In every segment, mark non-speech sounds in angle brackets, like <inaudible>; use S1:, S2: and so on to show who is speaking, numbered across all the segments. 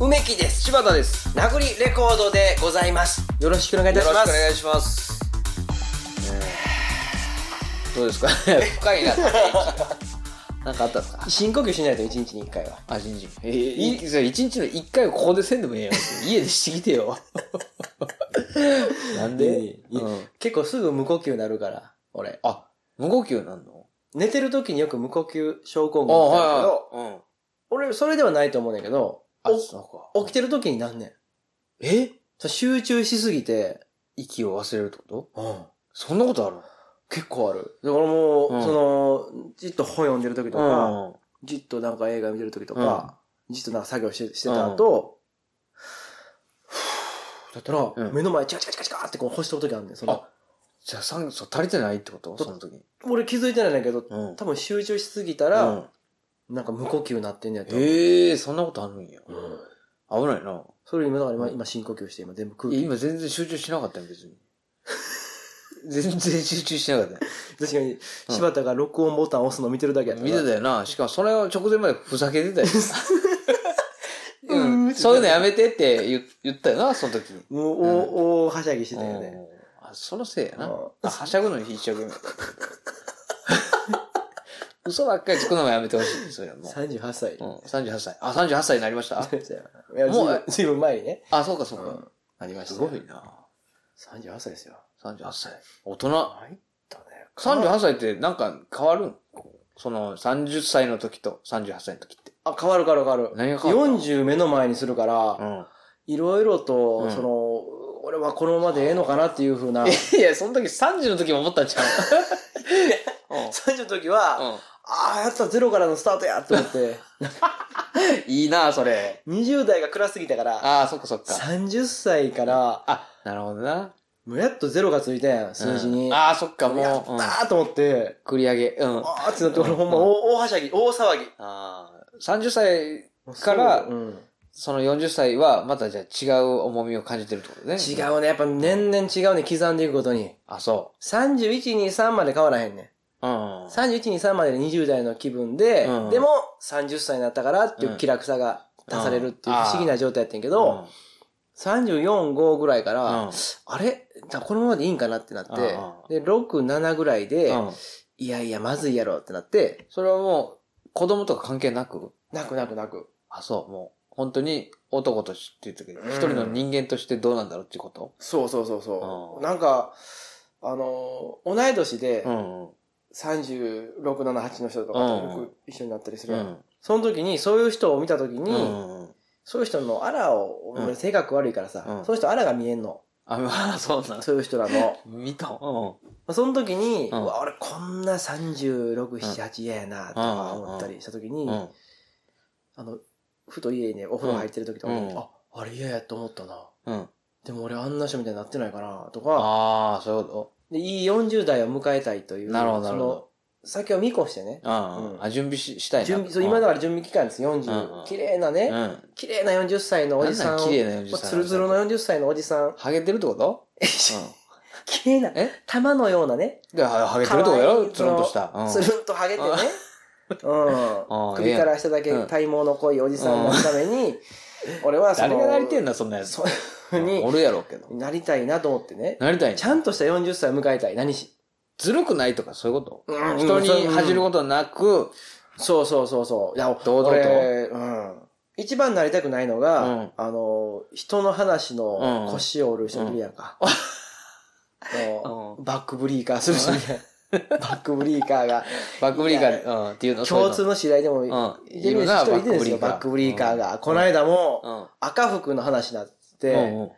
S1: 梅木です
S2: 柴田です
S1: なぐりレコードでございますよろしくお願いいたします
S2: よろしくお願いします、えーどうですか深いななんかあったんですか
S1: 深呼吸しないと一日に一回は
S2: あ一日えーいいそれ一日の一回をここでせんでもええやん家でしてきて
S1: <laughs>
S2: よなんで、
S1: いい
S2: うん
S1: 結構すぐ無呼吸になるから俺
S2: あ無呼吸なんの
S1: 寝てる時によく無呼吸症候
S2: あ
S1: 群ってあるけど
S2: いはい、うん、
S1: 俺それではないと思うねんだけど
S2: あ
S1: お
S2: そうか
S1: 起きてる時になんねん
S2: え
S1: そう集中しすぎて
S2: 息を忘れるってこと
S1: うん
S2: そんなことある
S1: 結構ある。だからもう、
S2: うん
S1: その、じっと本読んでる時とか、
S2: うん
S1: じっとなんか映画見てる時とか、じっとなんか作業してしてた後、ふぅだったら、
S2: うん
S1: 目の前チカチカチカチカってこう干してる時あるんだよ。その
S2: あじゃあ酸素足りてないってことその時に
S1: 俺気づいてないんだけど、
S2: うん
S1: 多分集中しすぎたら、
S2: うん
S1: なんか無呼吸になってんねやと思う。
S2: ええそんなことあるんや
S1: うん
S2: 危ないな
S1: それ今だから今
S2: うん
S1: 今深呼吸して今全部空
S2: いや
S1: 気。
S2: 今全然集中しなかったよ、
S1: <laughs>
S2: 別に。全然集中しなかったよ。
S1: 確かに柴田が録音ボタン押すの見てるだけやったか
S2: 見て
S1: ら。
S2: たよな。しかもそれを直前までふざけ
S1: <laughs>
S2: てたよ。
S1: う
S2: う
S1: ーって
S2: ん、そういうのやめてって言言ったよな、その時に。
S1: もう
S2: うん
S1: 大、大はしゃぎしてたよね。
S2: うんあ、そのせいやな。
S1: う
S2: あはしゃぐのに一生懸命。 <laughs> 嘘ばっかりつくのもやめてほしい。それはもう。
S1: 38歳。
S2: うん、38歳。あ、38歳になりま <laughs> した
S1: いや、
S2: もう
S1: ずいぶんずいぶん前にね。
S2: あ、そうかそうか。
S1: ありまし
S2: す
S1: たよ。
S2: ごいな。
S1: 38歳ですよ。
S2: 38歳。大人。
S1: 入ったね。
S2: 38歳ってなんか変わるんその30歳の時と38歳の時って。
S1: あ、変わる変わる変わる。
S2: 何が変わる
S1: 40目の前にするから、
S2: の
S1: いろいろと、
S2: うん
S1: その、俺はこのままでええのかなっていうふうな。
S2: うん。いや、その時30の時も思ったん <laughs> ちゃううん
S1: 30の時は、ああ、やったゼロからのスタートやと思って。
S2: うんいいなそれ。
S1: 20代が暗すぎたから、
S2: ああ、そっかそっか。
S1: 30歳から、
S2: あ、なるほどな。
S1: もやっとゼロがついてん、数字に。
S2: うん
S1: あ
S2: ああ、そっか、
S1: や
S2: も
S1: っ
S2: う
S1: た
S2: うん。
S1: ーと思って、
S2: 繰り上げ。うん。あ
S1: あーってなって、俺ほんま大大はしゃぎ、大騒ぎ。
S2: あー。30歳、
S1: から、ん、
S2: その40歳は、またじゃあ違う重みを感じてるってことね。
S1: 違。うね。やっぱ年々違うね。刻んでいくことに。
S2: あ、そ
S1: 3123まで変わらへんね
S2: う。うん
S1: ん。。3123までで20代の気分で、
S2: うん
S1: でも30歳になったからっていう気楽さが足されるっていう
S2: うん
S1: 不思議な状態やってんけ
S2: う
S1: ど、345ぐらいから、
S2: ん。うん
S1: あれじゃあこのままでいいんかなってなって
S2: うん、
S1: で、67ぐらいで、
S2: うん。
S1: いやいや、まずいやろってなって、
S2: それはもう、子供とか関係なく
S1: なくなくなく。
S2: あ、そう、もう、本当に男としてって言ったけ
S1: うん
S2: ど、一人の人間としてどうなんだろうっていうこと
S1: そうそうそうそ
S2: うん
S1: う。なんか、あのー、同い年で
S2: ん。
S1: 3678の人とかとよく一緒になったりする
S2: う
S1: やん
S2: ん。
S1: その時に、そういう人を見た時に、
S2: うん。
S1: そういう人のアラを、
S2: うん
S1: 俺性格悪いからさ、
S2: うん
S1: その人アラが見えんの。
S2: あ、まあ、そうなん
S1: そういう人らの。
S2: 見た。うん。
S1: その時に、
S2: うん
S1: うわ俺こんな36、7、8嫌やな、とか思ったりした時に、
S2: うん。
S1: あの、ふと家にお風呂入ってる時とかに、
S2: うん
S1: あ、あれ嫌やと思ったな。
S2: うん。
S1: でも俺あんな人みたいになってないかな、とか、
S2: ああ、そういうこ
S1: で、いい40代を迎えたいという、
S2: なるほどなるほど
S1: その、先を見越してね、
S2: と。うん。あ、準備ししたいな。
S1: 準備、そう今だ
S2: か
S1: から準備期間です、40。
S2: うん
S1: 綺麗なね、
S2: うん。
S1: 綺麗な40歳のおじさ
S2: なん
S1: ん
S2: なん
S1: を、
S2: 綺麗な40歳。
S1: ツルツルの。40歳のおじさん、
S2: ハゲてるってことう
S1: <laughs> 綺麗な、
S2: ん。え
S1: 玉のようなね、
S2: で、はハゲてるってことや
S1: 可
S2: ろ
S1: 愛い
S2: つるんとした。うん。
S1: つるんとハゲてね、うん、首から下だけ
S2: うん
S1: 体毛の濃いおじさんになるために、俺はその、
S2: 誰がなりてんだ、そんなやつ。
S1: そういうふうに
S2: 俺やろうけど。
S1: なりたいなと思ってね、
S2: なりたいん
S1: ちゃんとした40歳を迎えたい、何し。
S2: ずるくないとか、そういうこと
S1: うん
S2: 人に恥じる
S1: うん
S2: ことなく、
S1: そうそうそうそう。いや、
S2: 堂々と
S1: 俺、うん。一番なりたくないのが、
S2: うん
S1: あの、人の話の
S2: うん
S1: 腰を折る人いるやんか。あの
S2: う
S1: バックブリーカーする人いるやん。バックブリーカ
S2: <laughs>
S1: ーが。
S2: バックブリーカー、うん、っていうの
S1: 共通の知り合いでも、
S2: うん
S1: いる人いるんですよ、バックブリーカーが。この間も、
S2: うん。
S1: 赤服の話になって、
S2: うん。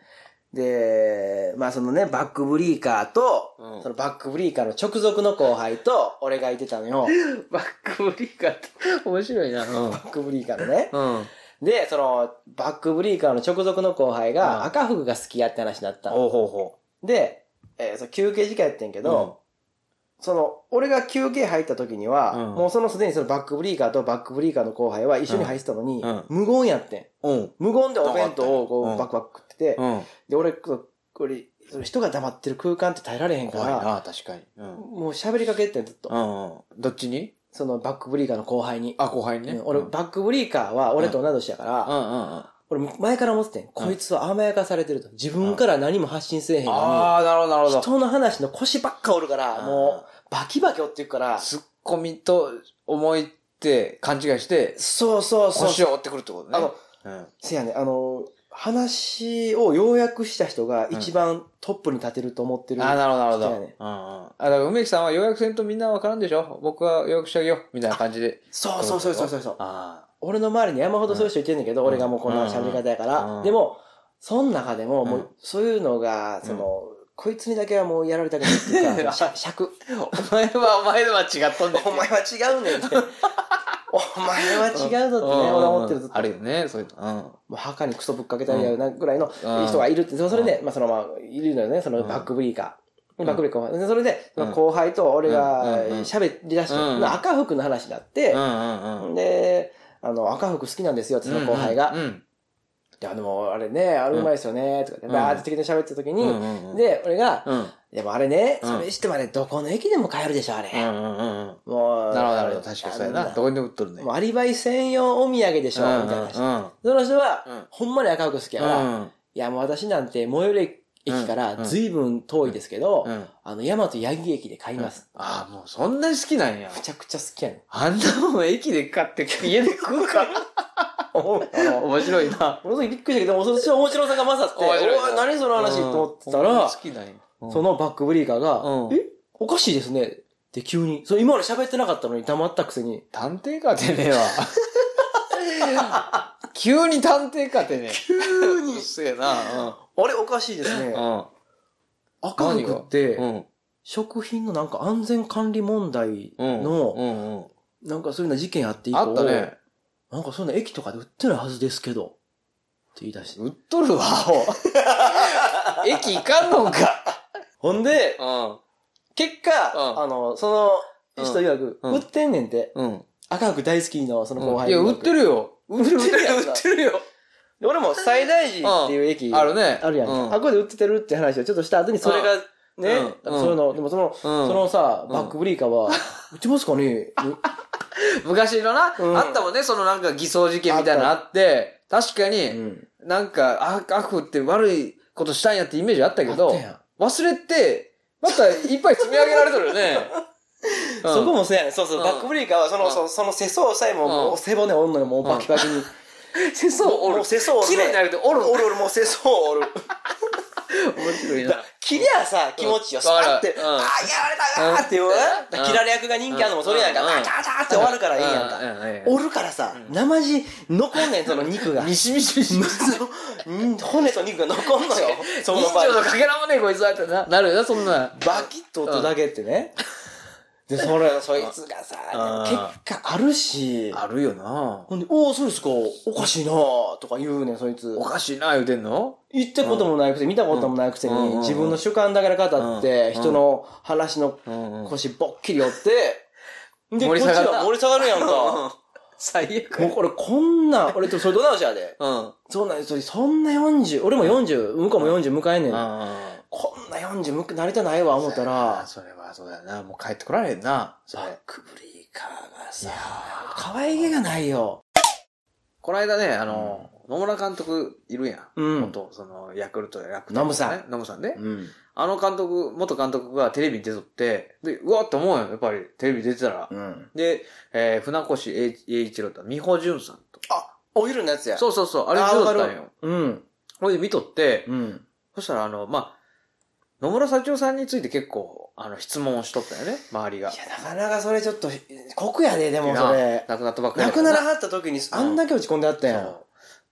S1: で、まあそのね、バックブリーカーと、
S2: うん
S1: そのバックブリーカーの直属の後輩と、俺がいてたのよ。
S2: バックブリーカーって、面白いな。うん。
S1: バックブリーカーのね。
S2: うん。
S1: で、その、バックブリーカーの直属の後輩
S2: うん
S1: が、赤服が好きやって話になったの。
S2: うほうほ
S1: で、えーそう休憩時間やってんけ
S2: う
S1: ど、その、俺が休憩入った時には、
S2: うん
S1: もうそのすでにそのバックブリーカーとバックブリーカーの後輩は一緒に入ってたのに、
S2: うん
S1: 無言やってん。
S2: うん。
S1: 無言でお弁当をこ
S2: う
S1: うんバクバク食ってて、
S2: うん。
S1: で、俺、ここれ、その人が黙ってる空間って耐えられへんか
S2: 怖い
S1: ら、
S2: な、確かに。うん。
S1: もう喋りかけてんずっと。
S2: うんうん。どっちに
S1: そのバックブリーカーの後輩に。
S2: あ、後輩にね
S1: う。ん俺、
S2: うん
S1: バックブリーカーは俺と同い年やから、
S2: うんうん。
S1: 俺、前から思っててん。こいつは甘やかされてると。自分から何も発信せえへんの
S2: ああ、なるほど、なる
S1: に、
S2: ほど。
S1: 人の話の腰ばっかおるから、も
S2: う
S1: う、バキバキおっていくから、
S2: ツッコミと思いって勘違いして、
S1: そうそうそう。
S2: 腰を折ってくるってことね。
S1: あの、
S2: うん、
S1: せやね、あの、話を要約した人が一番トップに立てると思ってる。
S2: ああ、なるほど、なるほど。
S1: そう
S2: うんう
S1: や
S2: ん、
S1: ね
S2: あだから梅木さんは予約せんとみんなわからんでしょ僕は予約してあげよう。みたいな感じで。
S1: そうそうそうそうそうそう。
S2: あ
S1: 俺の周りに山ほどそういう人いてんねんけど、
S2: うん
S1: 俺がもうこんな喋り方やから。
S2: うん
S1: でも、その中でも、
S2: うん
S1: もう、そういうのが、その、こいつにだけはもうやられたくないって <laughs> いうか、しゃ尺。
S2: あ。お前は、お前のは違っとんねん
S1: <laughs> お前は違うねん
S2: <laughs>
S1: って。お前は違うぞってね、俺は思ってるずっと
S2: あ。るよね、そういうの。
S1: もう墓にクソぶっかけたりやるなぐらいの
S2: うん
S1: 人がいるって、それで、まあそのまあ、いるのよね、その
S2: うん
S1: バックブリーカー。
S2: ん
S1: バックブリーカーでそれで、
S2: うん
S1: 後輩と俺が
S2: うんうんうん
S1: 喋り出して、
S2: うん
S1: まあ赤服の話になって
S2: うん。う、んうんうん。
S1: で、あの、赤服好きなんですよって、その後輩が。
S2: うん
S1: いや、でも、あれね、あれうまいですよね、とかって、
S2: うん
S1: バーって適当に喋った時
S2: うん。う
S1: に、
S2: んうん、
S1: で、俺が、
S2: うん。
S1: いや、もうあれね、
S2: うん
S1: それしてまでどこの駅でも買えるでしょ、あれ。
S2: うんうんうんうん。
S1: もう、
S2: なるほど、なるほど。確かにそうや
S1: あ
S2: な。
S1: の
S2: どこにでも売っとるね。
S1: もうアリバイ専用お土産でしょ、
S2: うん
S1: みたいな話。
S2: うんうん
S1: その人は、
S2: うん
S1: ほんまに赤服好きやから、いや、もう私なんて、最寄り駅から随分遠いですけど、
S2: うんうん。
S1: あの、大和八木駅で買います。
S2: ああ、もうそんなに好きなんや。
S1: めちゃくちゃ好き
S2: <laughs>
S1: やねん。
S2: あんなもん駅で買って家で食うか
S1: 思う <laughs> あの
S2: 面白いな。
S1: 俺の時びっくりしたけど、でもそっちの面白さが勝って、お、
S2: 面白いない
S1: 何その話と思ってた
S2: うん
S1: ら
S2: 好、きなんや。
S1: そのバックブリーカーが、
S2: うん
S1: えおかしいですね。って急に。そう、今まで喋ってなかったのに黙ったくせに。
S2: 探偵かてねえわ。
S1: <laughs>
S2: 急に探偵かてねえ。
S1: 急
S2: <laughs> うっ。せえな。
S1: あれおかしいですね
S2: う。ん。
S1: 赤
S2: 何
S1: 服
S2: が
S1: って、
S2: うん。
S1: 食品のなんか安全管理問題
S2: うん。
S1: の、
S2: うんうん。
S1: なんかそういうような事件あって以降、
S2: あったね。
S1: なんかそんな駅とかで売ってないはずですけど、って言い出して。
S2: 売っとるわ、
S1: <laughs>
S2: お駅行かんのんか。
S1: ほんで、
S2: う
S1: 結果、
S2: うん
S1: あの、その人曰く、
S2: うん
S1: 売ってんねんて。
S2: ん。うん。
S1: 赤服大好きのその後輩
S2: いや、
S1: 曰く
S2: 売ってるよ。売ってる、売ってる、売ってるよ。
S1: で俺も最大寺っていう駅、
S2: あるね。
S1: あるやん
S2: う
S1: か。
S2: ん。
S1: あ、これで売っててるって話をちょっとした後にそれが、ね、
S2: うん
S1: そういうの、でもその、
S2: うん
S1: そのさ、
S2: うん
S1: バックブリーカーは、売ってますかね
S2: 昔のな、
S1: うん
S2: あったもんね、そのなんか偽装事件みたいなのあって、確か
S1: う
S2: に、
S1: ん。
S2: なんか、あ、アフって悪いことしたんやってイメージあったけ
S1: あっ
S2: ど
S1: たや、ん
S2: 忘れて、またいっぱい積み上げられとるよ
S1: <laughs>
S2: ね。うん
S1: そこもそうやねん。そうそうう、
S2: ん
S1: バックブリーカーは、その、
S2: うん
S1: そその世相さえ
S2: う
S1: も、
S2: ん
S1: もう背骨おんのよ、もうバキバキに。
S2: 世相
S1: もう
S2: お
S1: も
S2: る
S1: う。世相おる。
S2: 綺麗になるけど、おる。
S1: おるおる、もう世相おる。
S2: 面白い
S1: だから。切りゃさ、気持ちよ、スパ
S2: わ
S1: ッ
S2: か
S1: て
S2: る、
S1: ああ、やられたなーっていう
S2: うん
S1: な。切られ役が人気あるのもそれやんか。
S2: うん
S1: ガチャガチャって終わるからいいやん
S2: か
S1: か。おるからさ、生地残んねん、その肉が。
S2: ミシミシミシ。
S1: うん骨と肉が残ん
S2: <laughs>
S1: のよ。その
S2: 人
S1: 場合
S2: 情。のかけらもねえ、こいつはってな。なるよな、そんな。
S1: バキッと音だけってね。で、それ、そいつが
S2: あ
S1: さ、結果あるし、
S2: るよな。
S1: ほんで、おお、そうですか、おかしいなぁとか言うねん、そいつ
S2: お。かしいな、言うてんの
S1: 言ったこともないくせに、見たこともないくせ
S2: うんうん
S1: に、自分の主観だから語って、
S2: うん
S1: 人の話の
S2: うん
S1: 腰ぼっきり折って、 <laughs> で、
S2: 盛
S1: こっ
S2: り
S1: ち
S2: 下がった
S1: は盛り下がるやんか。も <laughs>
S2: 最悪。
S1: う俺こんな、俺とそれどないしやで。
S2: うん。
S1: そうなんですそれそんな40、俺も40、向こうも40迎えんねん。
S2: あ
S1: こんな40向くなりたないわ、
S2: あ
S1: 思ったら、
S2: それはそうだよな。もう帰ってこられへんな。そ
S1: バッ
S2: れ。
S1: クブリーカーがさ、可愛げがないよ。
S2: この間ね、あの、野村監督いるやん。
S1: うん
S2: 元、その、ヤクルトやヤクルト、
S1: ノムさん。
S2: ノムさんね。
S1: うん。
S2: あの監督、元監督がテレビに出とって、で、うわっと思うよ、やっぱり、テレビ出てたら。
S1: うん。
S2: で、えー、船越英英一郎と、美穂淳さんと。
S1: あ、お昼のやつや。
S2: そうそうそう、あれ
S1: あー
S2: 出とった
S1: わ
S2: ん
S1: か
S2: よ。
S1: うん。
S2: ほいで見とって、
S1: うん。
S2: そしたら、あの、まあ、野村幸男さんについて結構、あの、質問をしとったよね、周りが
S1: い。や、なかなかそれちょっと、酷やで、でもそれ。
S2: 亡くなったばっかり
S1: 亡
S2: だから
S1: くならはった時に、あんだけ落ち込んであったやん。
S2: そう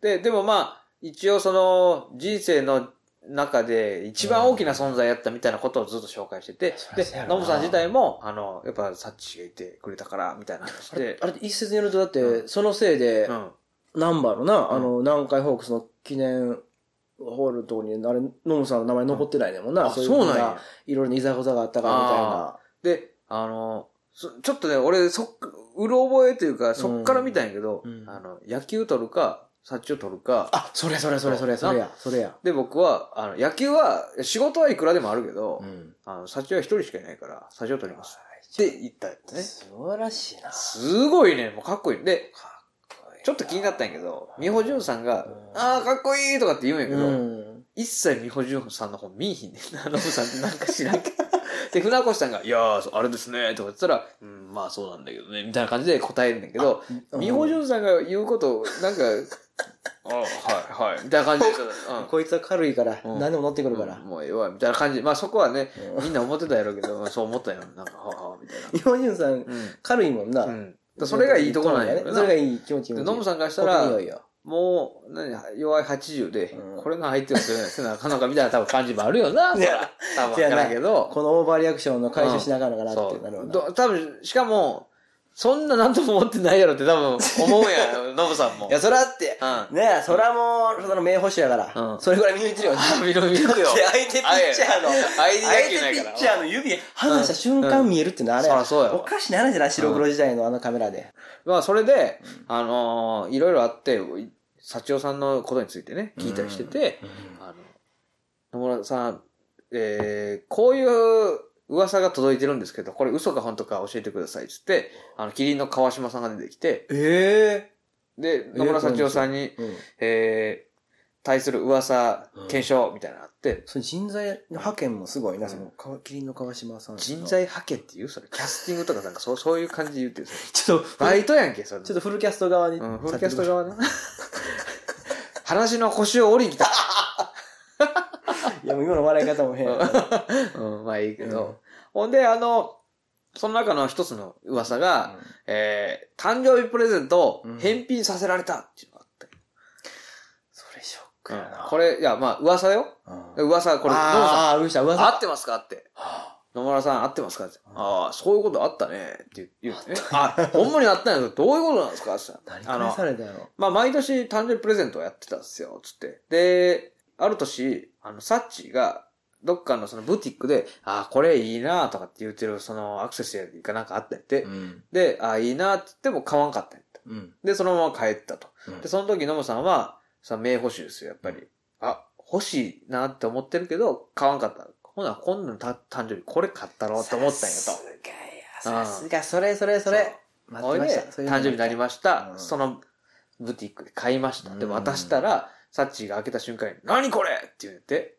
S2: で、でもまあ、一応その、人生の中で一番大きな存在やったみたいなことをずっと紹介してて、
S1: そりゃそうや
S2: で、
S1: ろな
S2: ノブさん自体も、あの、やっぱサッチがいてくれたから、みたいな話
S1: あれ
S2: で、、
S1: あれ一説によると、だっ
S2: う
S1: て、そのせいで
S2: う、ん。
S1: ナンバーのな、あの、南海ホークスの記念ホールのとこに、あれ、ノムさんの名前残ってないねんもんな。
S2: あ、
S1: い
S2: そうなん
S1: のが
S2: や。
S1: いろいろいざこざがあったからみたいな。
S2: で、あの、そちょっとね、俺、そっ、うろ覚えというか、そっから見たんやけど、
S1: うんうん
S2: あの、野球取るか、サッチを取るか、
S1: あ、それそれそれそれそれや、それや。
S2: で、僕は、あの、野球は、仕事はいくらでもあるけど、
S1: ん。
S2: あの、サチは一人しかいないから、サチを取ります。って言ったやつね。
S1: 素晴らしいな。
S2: すごいね、もうかっこいい。で、
S1: かっこい
S2: ちょっと気になったんやけど、美穂潤さんが
S1: う、ん
S2: ああ、かっこいいとかって言うんやけど、
S1: うん。
S2: 一切美穂潤さんの方見いひんねんな、ノブさんってなんか知らんけど。で、船越さんが、いやー、そうあれですね、とか言ったら、うん、まあそうなんだけどね、みたいな感じで答えるんだけど、美穂
S1: うん
S2: 潤さんが言うことを、なん
S1: <laughs>
S2: か、ああ、はい、はい、みたいな感じで、うん
S1: こいつは軽いから、
S2: うん
S1: 何でも乗ってくるから
S2: うん。もうええわ、みたいな感じ。まあそこはね、
S1: うん
S2: みんな思ってたやろうけど、まあ <laughs> そう思ったよ。なんか、はあはあ、みたい
S1: 日本人さん、
S2: な。
S1: 軽いもんな。
S2: うん。うん。それがいいとこなんや
S1: ね
S2: けど。
S1: それが
S2: で
S1: いい気持ちいい。
S2: ノム
S1: ん
S2: さんからし
S1: したい
S2: ら
S1: い、よいいよ。
S2: もう、何、弱い80で
S1: う、ん
S2: これが相手をするなんてなかなかみたいな多分感じもあるよな。
S1: <laughs> いや
S2: 多分わからんけど。
S1: このオーバーリアクションの解消しながらかな
S2: そ
S1: ってなるよ
S2: う。
S1: な
S2: ど多分、しかも、そんな何とも思ってないやろって多分思うや
S1: <laughs>
S2: ろ、ノムさんも。
S1: いや、そらって、
S2: う
S1: ねえ、そらもう、その名捕手やから、
S2: うん
S1: それぐらい見抜いてるよ。
S2: ん。
S1: <laughs>
S2: <laughs> 見ろ見ろよ。
S1: だって相手ピッチャーの
S2: 相手野球
S1: 相
S2: ない
S1: 手ピ
S2: から
S1: ッチャーの指離した瞬間見えるってのはあれ
S2: うんうんそらそうやわ
S1: おかしな話だな、白黒時代のあのカメラで。
S2: まあ、それで、あのーいろいろあって、い幸代さんのことについてね、聞いたりしてて、あの、野村さん、えー、こういう噂が届いてるんですけど、これ嘘か本当か教えてください、つって、あの、キリンの川島さんが出てきて、
S1: え
S2: で、野村幸代さんに
S1: え、うん。
S2: えー、対する噂、検証、みたいなのあって、
S1: その人材の派遣もすごいな、その、かわキリンの川島さん。
S2: 人材派遣っていうそれ、キャスティングとかなんかそう、そういう感じで言ってる。それ
S1: ちょっと、
S2: バイトやんけ、それ。
S1: ちょっとフルキャスト側に。
S2: うん、フルキャスト側な。 <laughs> 話の腰を折りに来た。
S1: いや、もう今の笑い方も変やな。
S2: うん、まあいいけど。
S1: うん
S2: ほんで、あの、その中の一つの噂が、えー、誕生日プレゼントを返品させられたっていうのがあって。
S1: それショックやな。
S2: これ、いや、まあ噂よ。
S1: うん、
S2: 噂、これ、野村さん、
S1: ああ、うるさい、噂。
S2: 合ってますかって。
S1: は
S2: 野村さん、合ってますかって。ああ、そういうことあったね。って言うてね。あ、ほんまにあったんやけど、どういうことなんですかって言っ
S1: あ
S2: <laughs> たらあ
S1: 何返
S2: の
S1: されたやろ。
S2: まあ、毎年誕生日プレゼントをやってたんですよ、つって。で、ある年、あの、サッチーが、どっかのそのブティックで、ああ、これいいなとかって言ってる、そのアクセスやかなんかあったんやって。
S1: ん。
S2: で、ああ、いいなって言っても買わんかったんやって。
S1: うん。
S2: で、そのまま帰ったと。で、
S1: う
S2: その時、ノムさんは、その名保守ですよ、やっぱり。あ、欲しいなって思ってるけど、買わんかった。ほな、今度のた誕生日、これ買ったろうって思ったんやと。
S1: とさすがや、さすが、それそれそれ。待っ
S2: ほ
S1: て
S2: い
S1: ま
S2: で
S1: した。そういうの
S2: 誕生日になりました、
S1: うん
S2: そのブティックで買いました。で、
S1: うん
S2: 渡したら、サッチーが開けた瞬間に、何これって言って、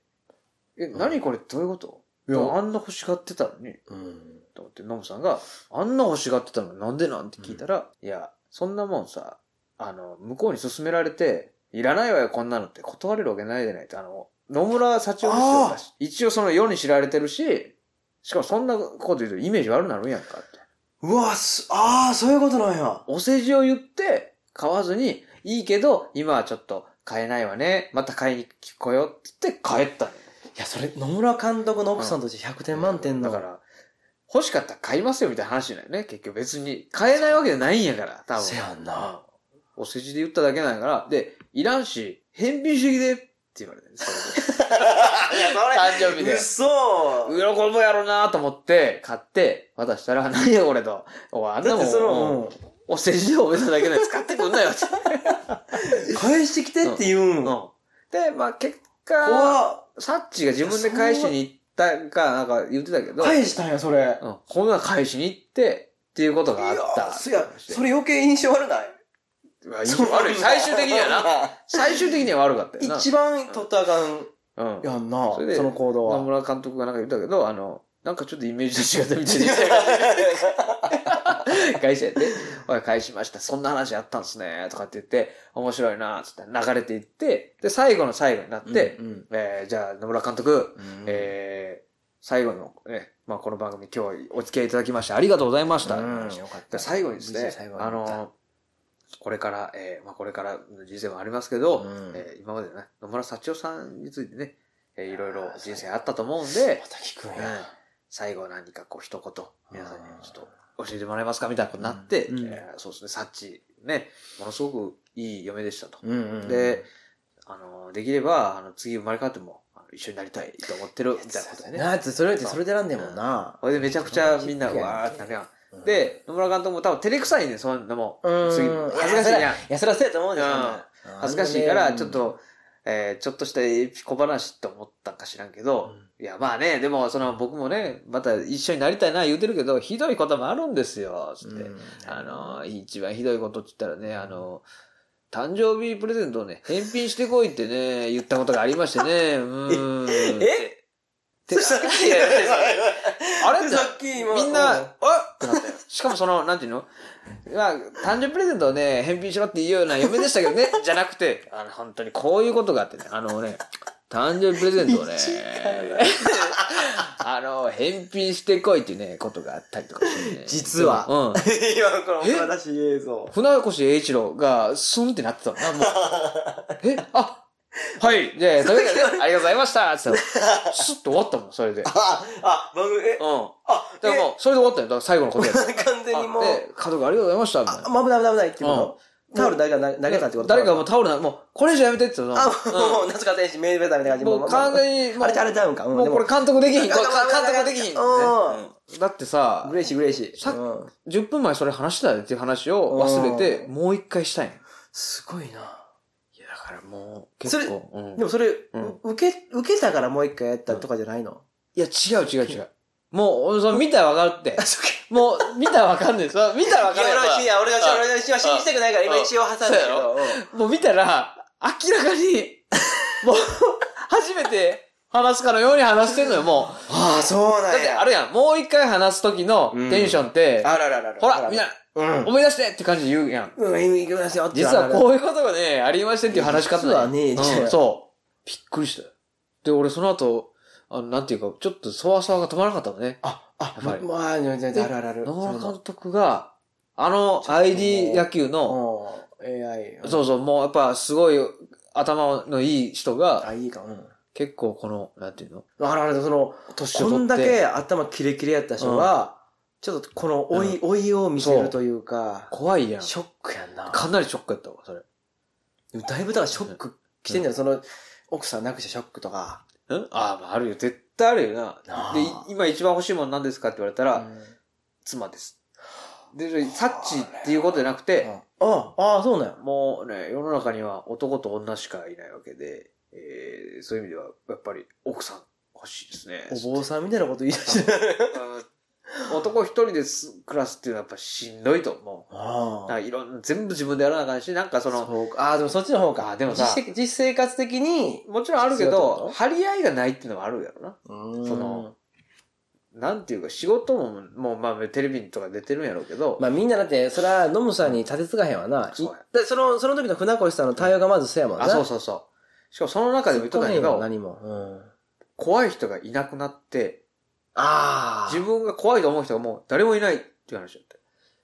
S2: え、
S1: ん
S2: 何これどういうこと
S1: いや
S2: あんな欲しがってたのに、
S1: うん。
S2: と思って、ノムさんが、あんな欲しがってたのになんでなんって聞いたら、いや、そんなもんさ、あの、向こうに勧められて、いらないわよ、こんなのって断れるわけないじゃないって、あの、野村幸男ですよだし、一応その世に知られてるし、しかもそんなこと言うとイメージ悪なるんやんかって。
S1: うわ、す、ああ、そういうことなんや。
S2: お世辞を言って、買わずに、いいけど、今はちょっと買えないわね。また買いに来ようって言って帰ったのよ。
S1: いや、それ、野村監督の奥さんとして100点満点の。
S2: だか、ら、欲しかったら買いますよみたいな話じゃないね。結局別に。買えないわけじゃないんやから、多分。
S1: せやんな。
S2: お世辞で言っただけなんやから、で、いらんし、返品主義でって言われて
S1: <laughs>
S2: る。それで
S1: いや、
S2: 誕生日で。
S1: 嘘
S2: 喜ぶやろうなと思って、買って、渡したら、何やこれと。おいあんな
S1: だっ
S2: も
S1: て
S2: ん、
S1: そ
S2: うん
S1: の、
S2: お世辞でおめでただけで使ってくんなよって。
S1: うん返してきてって言うん。怖っ
S2: で、まあ結果、サッチが自分で返しに行ったか、なんか言ってたけど、
S1: 返したんや、それ。
S2: うん、こんな返しに行って、っていうことがあった。
S1: いや、そや、それ余計印象悪ない。
S2: れ悪い。最終的にはな。 <laughs> 最終的には悪かったよな。
S1: <laughs> 一番取ったらあかん
S2: うん。
S1: やんな、
S2: そ
S1: そ
S2: れで
S1: の行動
S2: 野
S1: <laughs> は。
S2: 村監督がなんか言ったけど、あの、なんかちょっとイメージと違ったみたいな。会社やって、おい、返しました。そんな話あったんですね。とかって言って、面白いな、つって流れていって、で、最後の最後になって、
S1: うんうん
S2: えーじゃあ野村監督、えー最後の、ね、まあ、この番組今日お付き合いいただきましてありがとうございました。
S1: うんよかった
S2: で最後にです
S1: 無
S2: ね
S1: 事最後、に
S2: あの、これから、えーまあ、これからの人生もありますけど、
S1: うん
S2: えー今までね、野村幸男さんについてね、えーいろいろ人生あったと思うんで
S1: ま、た聞くん
S2: うん
S1: や。
S2: 最後何かこう一言、皆さんにちょっと教えてもらえますかみたいなことになって、
S1: うんうん
S2: えーそうですね、サッチ、ね、ものすごくいい嫁でしたと。
S1: うんうん
S2: で、あの、できれば、あの、次生まれ変わっても、あの一緒になりたいと思ってる、みたいなことでね。
S1: なあ、それってそれで選んでもんな。
S2: ほいでめちゃくちゃみんな、わーってなるやん。で、野村監督も多分照れくさいねん、そんなもん。
S1: うん、
S2: 次恥ずかしいやん
S1: いや、それはそうやと思うでしょ
S2: うん
S1: そな
S2: 恥ずかしいから、ちょっ、と、えーちょっとしたエピ小話と思ったんか知らんけど、いや、まあね、でも、その、僕もね、また一緒になりたいな言うてるけど、ひどいこともあるんですよ、つ
S1: う
S2: っ
S1: ん
S2: て。
S1: うん
S2: あの、一番ひどいことって言ったらね、あの、誕生日プレゼントをね、返品してこいってね、言ったことがありましてね、うーん。
S3: え
S2: て
S3: そしたらいやいやいやいや
S2: あれって
S3: さっき今
S2: みんな、あってなったよ。しかもその、なんていうのまあ、誕生日プレゼントをね、返品しろっていうような嫁でしたけど
S3: <laughs>
S2: ね、じゃなくて、あの、本当にこういうことがあってね、あのね、誕生日プレゼントをね、 <laughs> あの、返品してこいっていうね、ことがあったりとかしてね。
S3: 実は
S2: うん。
S3: 今このおしい映像。
S2: 船越英一郎が、スンってなってたもんな、もう。
S3: <laughs>
S2: えあはい、じゃあ、というわけでね、ありがとうございましたつって、スッと終わったもん、それで。うん。
S3: あ、あ、番組、え、あ、
S2: だからもう、それで終わったよ、だから最後のことや
S3: え完全にもう、
S2: で、家族ありがとうございました、みたい
S1: あ、
S2: な。
S1: 危ない危ない危ないっていうこと、タオル誰かな投げたってこと
S2: 誰かもうタオルな、もう、これ以上やめてって言った
S1: あ
S2: の。、
S1: もう、夏川選手、メールベタみたいな感じ
S2: もう完全に、も
S1: あ
S2: う
S1: れってあれちゃうんか。うん、
S2: もうこれ監督で
S1: <laughs>
S2: きひん。これ
S1: あまあまあ
S2: 監督できひん。ね
S1: う
S2: だってさ
S1: グ、レイシー、グレイシー。
S2: さ
S1: うん
S2: 10分前それ話してたでっていう話を忘れて、
S1: う
S2: もう一回したいん。い
S1: すごいな。
S2: や、だからもう、結構。うん
S1: でもそれ、
S2: ん
S1: う受け、受けたからもう一回やったとかじゃないの、
S2: いや、違う違う違う。もう、その見たらわかる
S1: <laughs>
S2: って
S1: あ、。そっか。
S2: もう、見たらわかんねえ。その見たらわ
S1: い
S2: かん
S1: や、
S2: ね
S1: 俺は信
S2: え
S1: じ俺
S2: あ
S1: は俺は信じたくないから今
S2: あ
S1: 一応挟んだけ
S2: そうや
S1: ど。うん。
S2: もう見たら、明らかに、もう、初めて話すかのように話してんのよ、もう。
S1: ああ、そうな
S2: だっ
S1: ん
S2: て
S1: や。
S2: あるやん、もう一回話す時のテンションって、
S1: あるあるあるある。
S2: ほら、みんな、
S1: うん。
S2: 思い出してって感じで言うやん。
S1: うん、行きますよって
S2: 実はこういうことがね、ありましてっていう話し方
S1: 実は
S2: う
S1: ね
S2: ん
S1: 実は
S2: そう。びっくりしたよ。で、俺その後、あの、なんていうか、ちょっとそわそわが止まらなかったのね。
S1: あ、あ、
S2: やっぱ
S1: ま
S2: り
S1: まあ、全然あるあるある。
S2: 野
S1: そういう
S2: 村
S1: の
S2: 監督が、あの
S1: ちょっともう
S2: ID 野球の、
S1: うん。AI。
S2: そうそう、もうやっぱすごい頭のいい人が、
S1: あ、いいか。うん。
S2: 結構この、なんていうの
S1: あるある、その、
S2: 年を
S1: こ
S2: 取
S1: ん
S2: って。
S1: だけ頭キレキレやった人が、ちょっとこの老い、老いを見せるというか、
S2: 怖いやん。
S1: ショックやんな。
S2: かなりショックやったわ、それ。
S1: だいぶだからショック来てんだよ、その、奥さん亡くしたショックとか。
S2: んああ、まああるよ。絶対あるよな。
S1: なあ
S2: で、い今一番欲しいもの何ですかって言われたら、妻です。で、それサッチっていうことじゃなく
S1: うん
S2: て、
S1: ああ、そうなんや。
S2: もうね、世の中には男と女しかいないわけで、えーそういう意味では、やっぱり奥さん欲しいですね。
S1: お坊さんみたいなこと言い出して <laughs>
S2: うん男一人です暮らすっていうのはやっぱしんどいと思う。
S1: あ
S2: だからいろんな、全部自分でやらなあかんし、なんかその、
S1: そうか。ああ、でもそっちの方
S2: あ
S1: か。
S2: でもさ
S1: 実生実生活的に、
S2: もちろんあるけ
S1: そういうこ
S2: ど、
S1: と
S2: 張り合いがないっていうのはあるやろな。
S1: そ
S2: の、なんていうか、仕事も、もうまあテレビとか出てるんやろうけど、
S1: まあみんなだって、それはノムさんに立てつかへんわな。
S2: そうや
S1: いでその、その時の船越さんの対応がまずせやもんな。
S2: あ、そう
S1: そ
S2: そうそう。しかもその中でも言っとったんやけど、
S1: 何も。うん。
S2: 怖い人がいなくなって、
S1: あ
S2: 自分が怖いと思う人がもう誰もいないっていう話だった。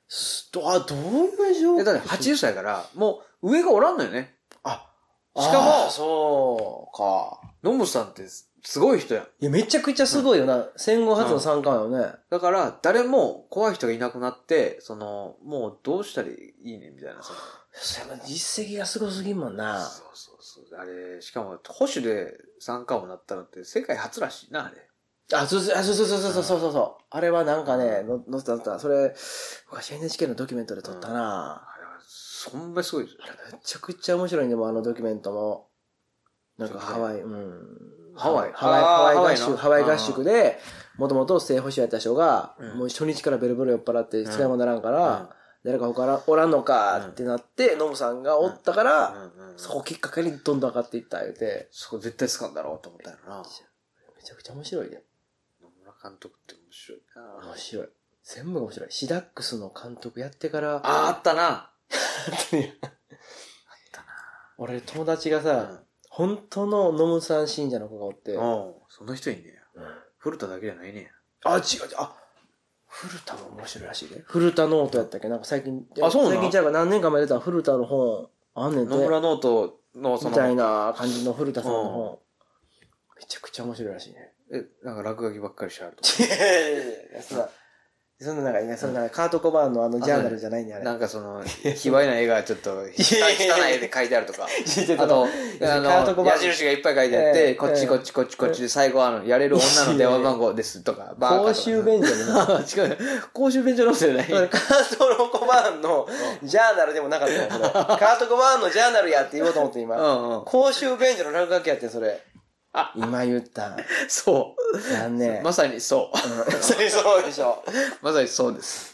S1: すどあ、どういう状
S2: で、だって80歳から、もう上がおらんのよね。
S1: あ、
S2: しか
S1: あー
S2: も、
S1: そうか。
S2: ノムさんってすすごい人やん。
S1: いや、めちゃくちゃすごいよな。戦後初の三冠よね。
S2: だから、誰も怖い人がいなくなって、その、もうどうしたらいいねみたいな、その。
S1: それは実績がすごすぎんもんな。
S2: そうそうそう。あれ、しかも、保守で参加をなったのって世界初らしいな、あれ。
S1: あ、そうそうあそうそうそうそうそうそうそう。あれはなんかね、の載ってた載ってた。それ、昔 NHK のドキュメントで撮ったな。
S2: あれは、そんなにすごいですよ。
S1: めちゃくちゃ面白いんでもうあのドキュメントも。なんかハワイ、うん。
S2: ハワイ
S1: ハワイ、
S2: あー
S1: ハワイ合
S2: ハワイの
S1: 宿、ハワイ合宿で、もともと正捕手やった人が、
S2: うん
S1: もう初日からベロベロ酔っ払って、
S2: ん
S1: 使い物ならんか
S2: うん
S1: ら、誰か他らおらんのかってなって、ノムさんがおったから、
S2: うんうん
S1: そこきっかけにどんどん上がっていった言うて、
S2: そこ絶対使うんだろうと思ったよな。
S1: めちゃくちゃ面白いね。
S2: 野村監督って面白いな
S1: 面白い。全部が面白い。シダックスの監督やってから、
S2: あーあったな。
S1: 俺友達がさ、本当のノムさん信者の子がおって、
S2: うん。おうその人いんねや。
S1: うん
S2: 古田だけじゃないね
S1: あ、違う違う、あ、古田も面白いらしいね。古田ノートやったっけなんか最近、
S2: あそうなの
S1: 最近じゃうか何年か前に出た古田の本、あんね
S2: や。
S1: んて
S2: 野、村ノートのそ
S1: みたい
S2: の、
S1: な感じの古田さんの本。めちゃくちゃ面白いらしいね。
S2: え、なんか落書きばっかりしてあると
S1: そんな、そんな中にね、そんなカート・コバーンのあのジャーナルじゃないんだよ
S2: か。
S1: ね。
S2: なんかそ
S1: <laughs>
S2: の、卑猥な絵がちょっと、汚い絵で描いてあるとか。
S1: 聞いて
S2: あ
S1: たの
S2: と、あ
S1: カートコ
S2: の、
S1: バーン
S2: 矢印がいっぱい書いてあっ
S1: ええ
S2: て、こっちこっちこっちこっちで最後はあの、やれる女の電話番号ですとか、バーカとか
S1: 公衆便所にな。
S2: 所。違う。 <laughs> 公衆便所のせいじゃない。
S1: カートロコバーンのジャーナルでもなかったよ、そ <laughs> れ。カートコバーンのジャーナルやって言おうと思って
S2: う
S1: 今。
S2: んうん。
S1: 公衆便所の落書きやってんそれ
S2: あ。
S1: 今言った。
S2: そう。
S1: 残念。
S2: まさにそう。
S1: <laughs> うんそれそうでしょ。
S2: まさにそうです。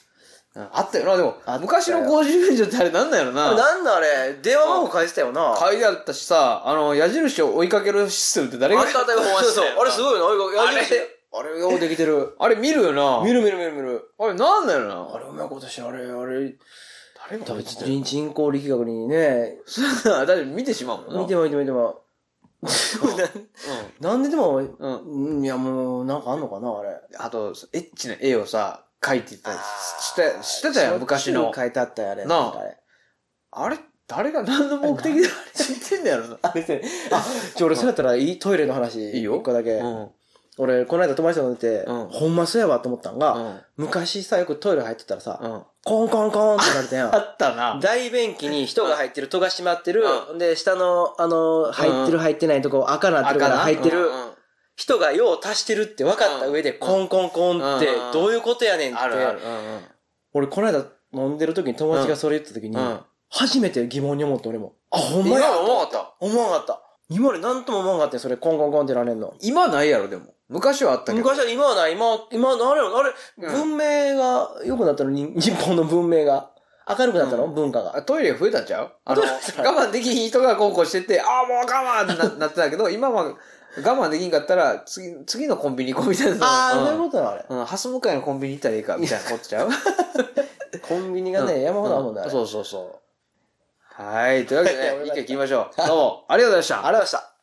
S2: うんあったよな、でも
S1: あっ。たよ
S2: 昔の50円所ってあれなんだよ
S1: あれ
S2: な。
S1: なんだあれ、電話番号返したよな。
S2: 書いてあったしさ、あの、矢印を追いかけるシステムって誰が
S1: あったあったよ、
S2: 考案
S1: そう
S2: した
S1: そ
S2: ん
S1: う。
S2: やろ
S1: あれすごいよな。
S2: あれ
S1: やりて
S2: あれようできてる。あれ見るよな。
S1: 見る見る見る見る。
S2: あれなんだよ
S1: あ
S2: な。
S1: れうまいことして、あれ、あれ、
S2: 誰が
S1: 多分
S2: 見てた
S1: 人人工力学にね、
S2: <laughs> だって見てしまうもんな。
S1: 見ても見ても見て <laughs> も。なんででも、
S2: うん。うん。
S1: うんいやもう、なんかあんのかな、あれ。
S2: あと、エッチな絵をさ、描いてたりして、してたよ、昔
S1: しょっ
S2: の
S1: ちゅ。う書いてあったよ、あれ。
S2: なあ
S1: んかれ
S2: あれ、誰が何の目的であれ知ってんだやろな。
S1: あれね。あ、ちょ、俺、それだったら、いいトイレの話、
S2: いいよ
S1: 一個だけ。
S2: <laughs> うん。
S1: 俺、この間友達と飲んでて、
S2: うん
S1: ほんまそうやわと思ったんが、
S2: うん。
S1: 昔さ、よくトイレ入ってたらさ、
S2: うん。
S1: コンコンコンって言われたや
S2: あ
S1: ん。
S2: ったな。
S1: 大便器に人が入ってる、戸が閉まってる、で、下の、あの、入って
S2: う
S1: る入ってないとこ、赤なってるから入ってる
S2: う、んうん
S1: 人が用を足してるって分かった上で、コンコンコンって
S2: うん、
S1: どういうことやねんっ
S2: あるある
S1: て。。俺、この間飲んでる時に友達がそれ言った時に
S2: うんう、ん。
S1: 初めて疑問に思って俺も。あ、ほんま
S2: 今
S1: や
S2: は思わなかった。
S1: 思わんかった。今まで何とも思わんかったよ、それ、コンコンコンってられんの。
S2: 今ないやろ、でも。昔はあったけど。
S1: 昔は今はない、今は、今はあれよ、あれ、
S2: うん
S1: 文明が良くなったのに、日本の文明が。明るくなったの、
S2: うん
S1: 文化が。
S2: あトイレ増えたんちゃうあの、
S1: トイレ増えた
S2: 我慢できひん人がこうこうしてて、ああ、もう我慢ってな <laughs> なってたけど、今は我慢できんかったら、次、次のコンビニ行こうみたいな。
S1: ああ、
S2: ん
S1: そういうことなの、あれ。
S2: うん、ハス向かいのコンビニ行ったらいいか、みたいなこっ <laughs> ちゃう
S1: コンビニがね、山ほどあるもんね、あれ
S2: そうそうそう。はい。というわけでね、
S1: はい
S2: 一回聞きましょう。どうも、ありがとうございました。
S1: ありがとうございました。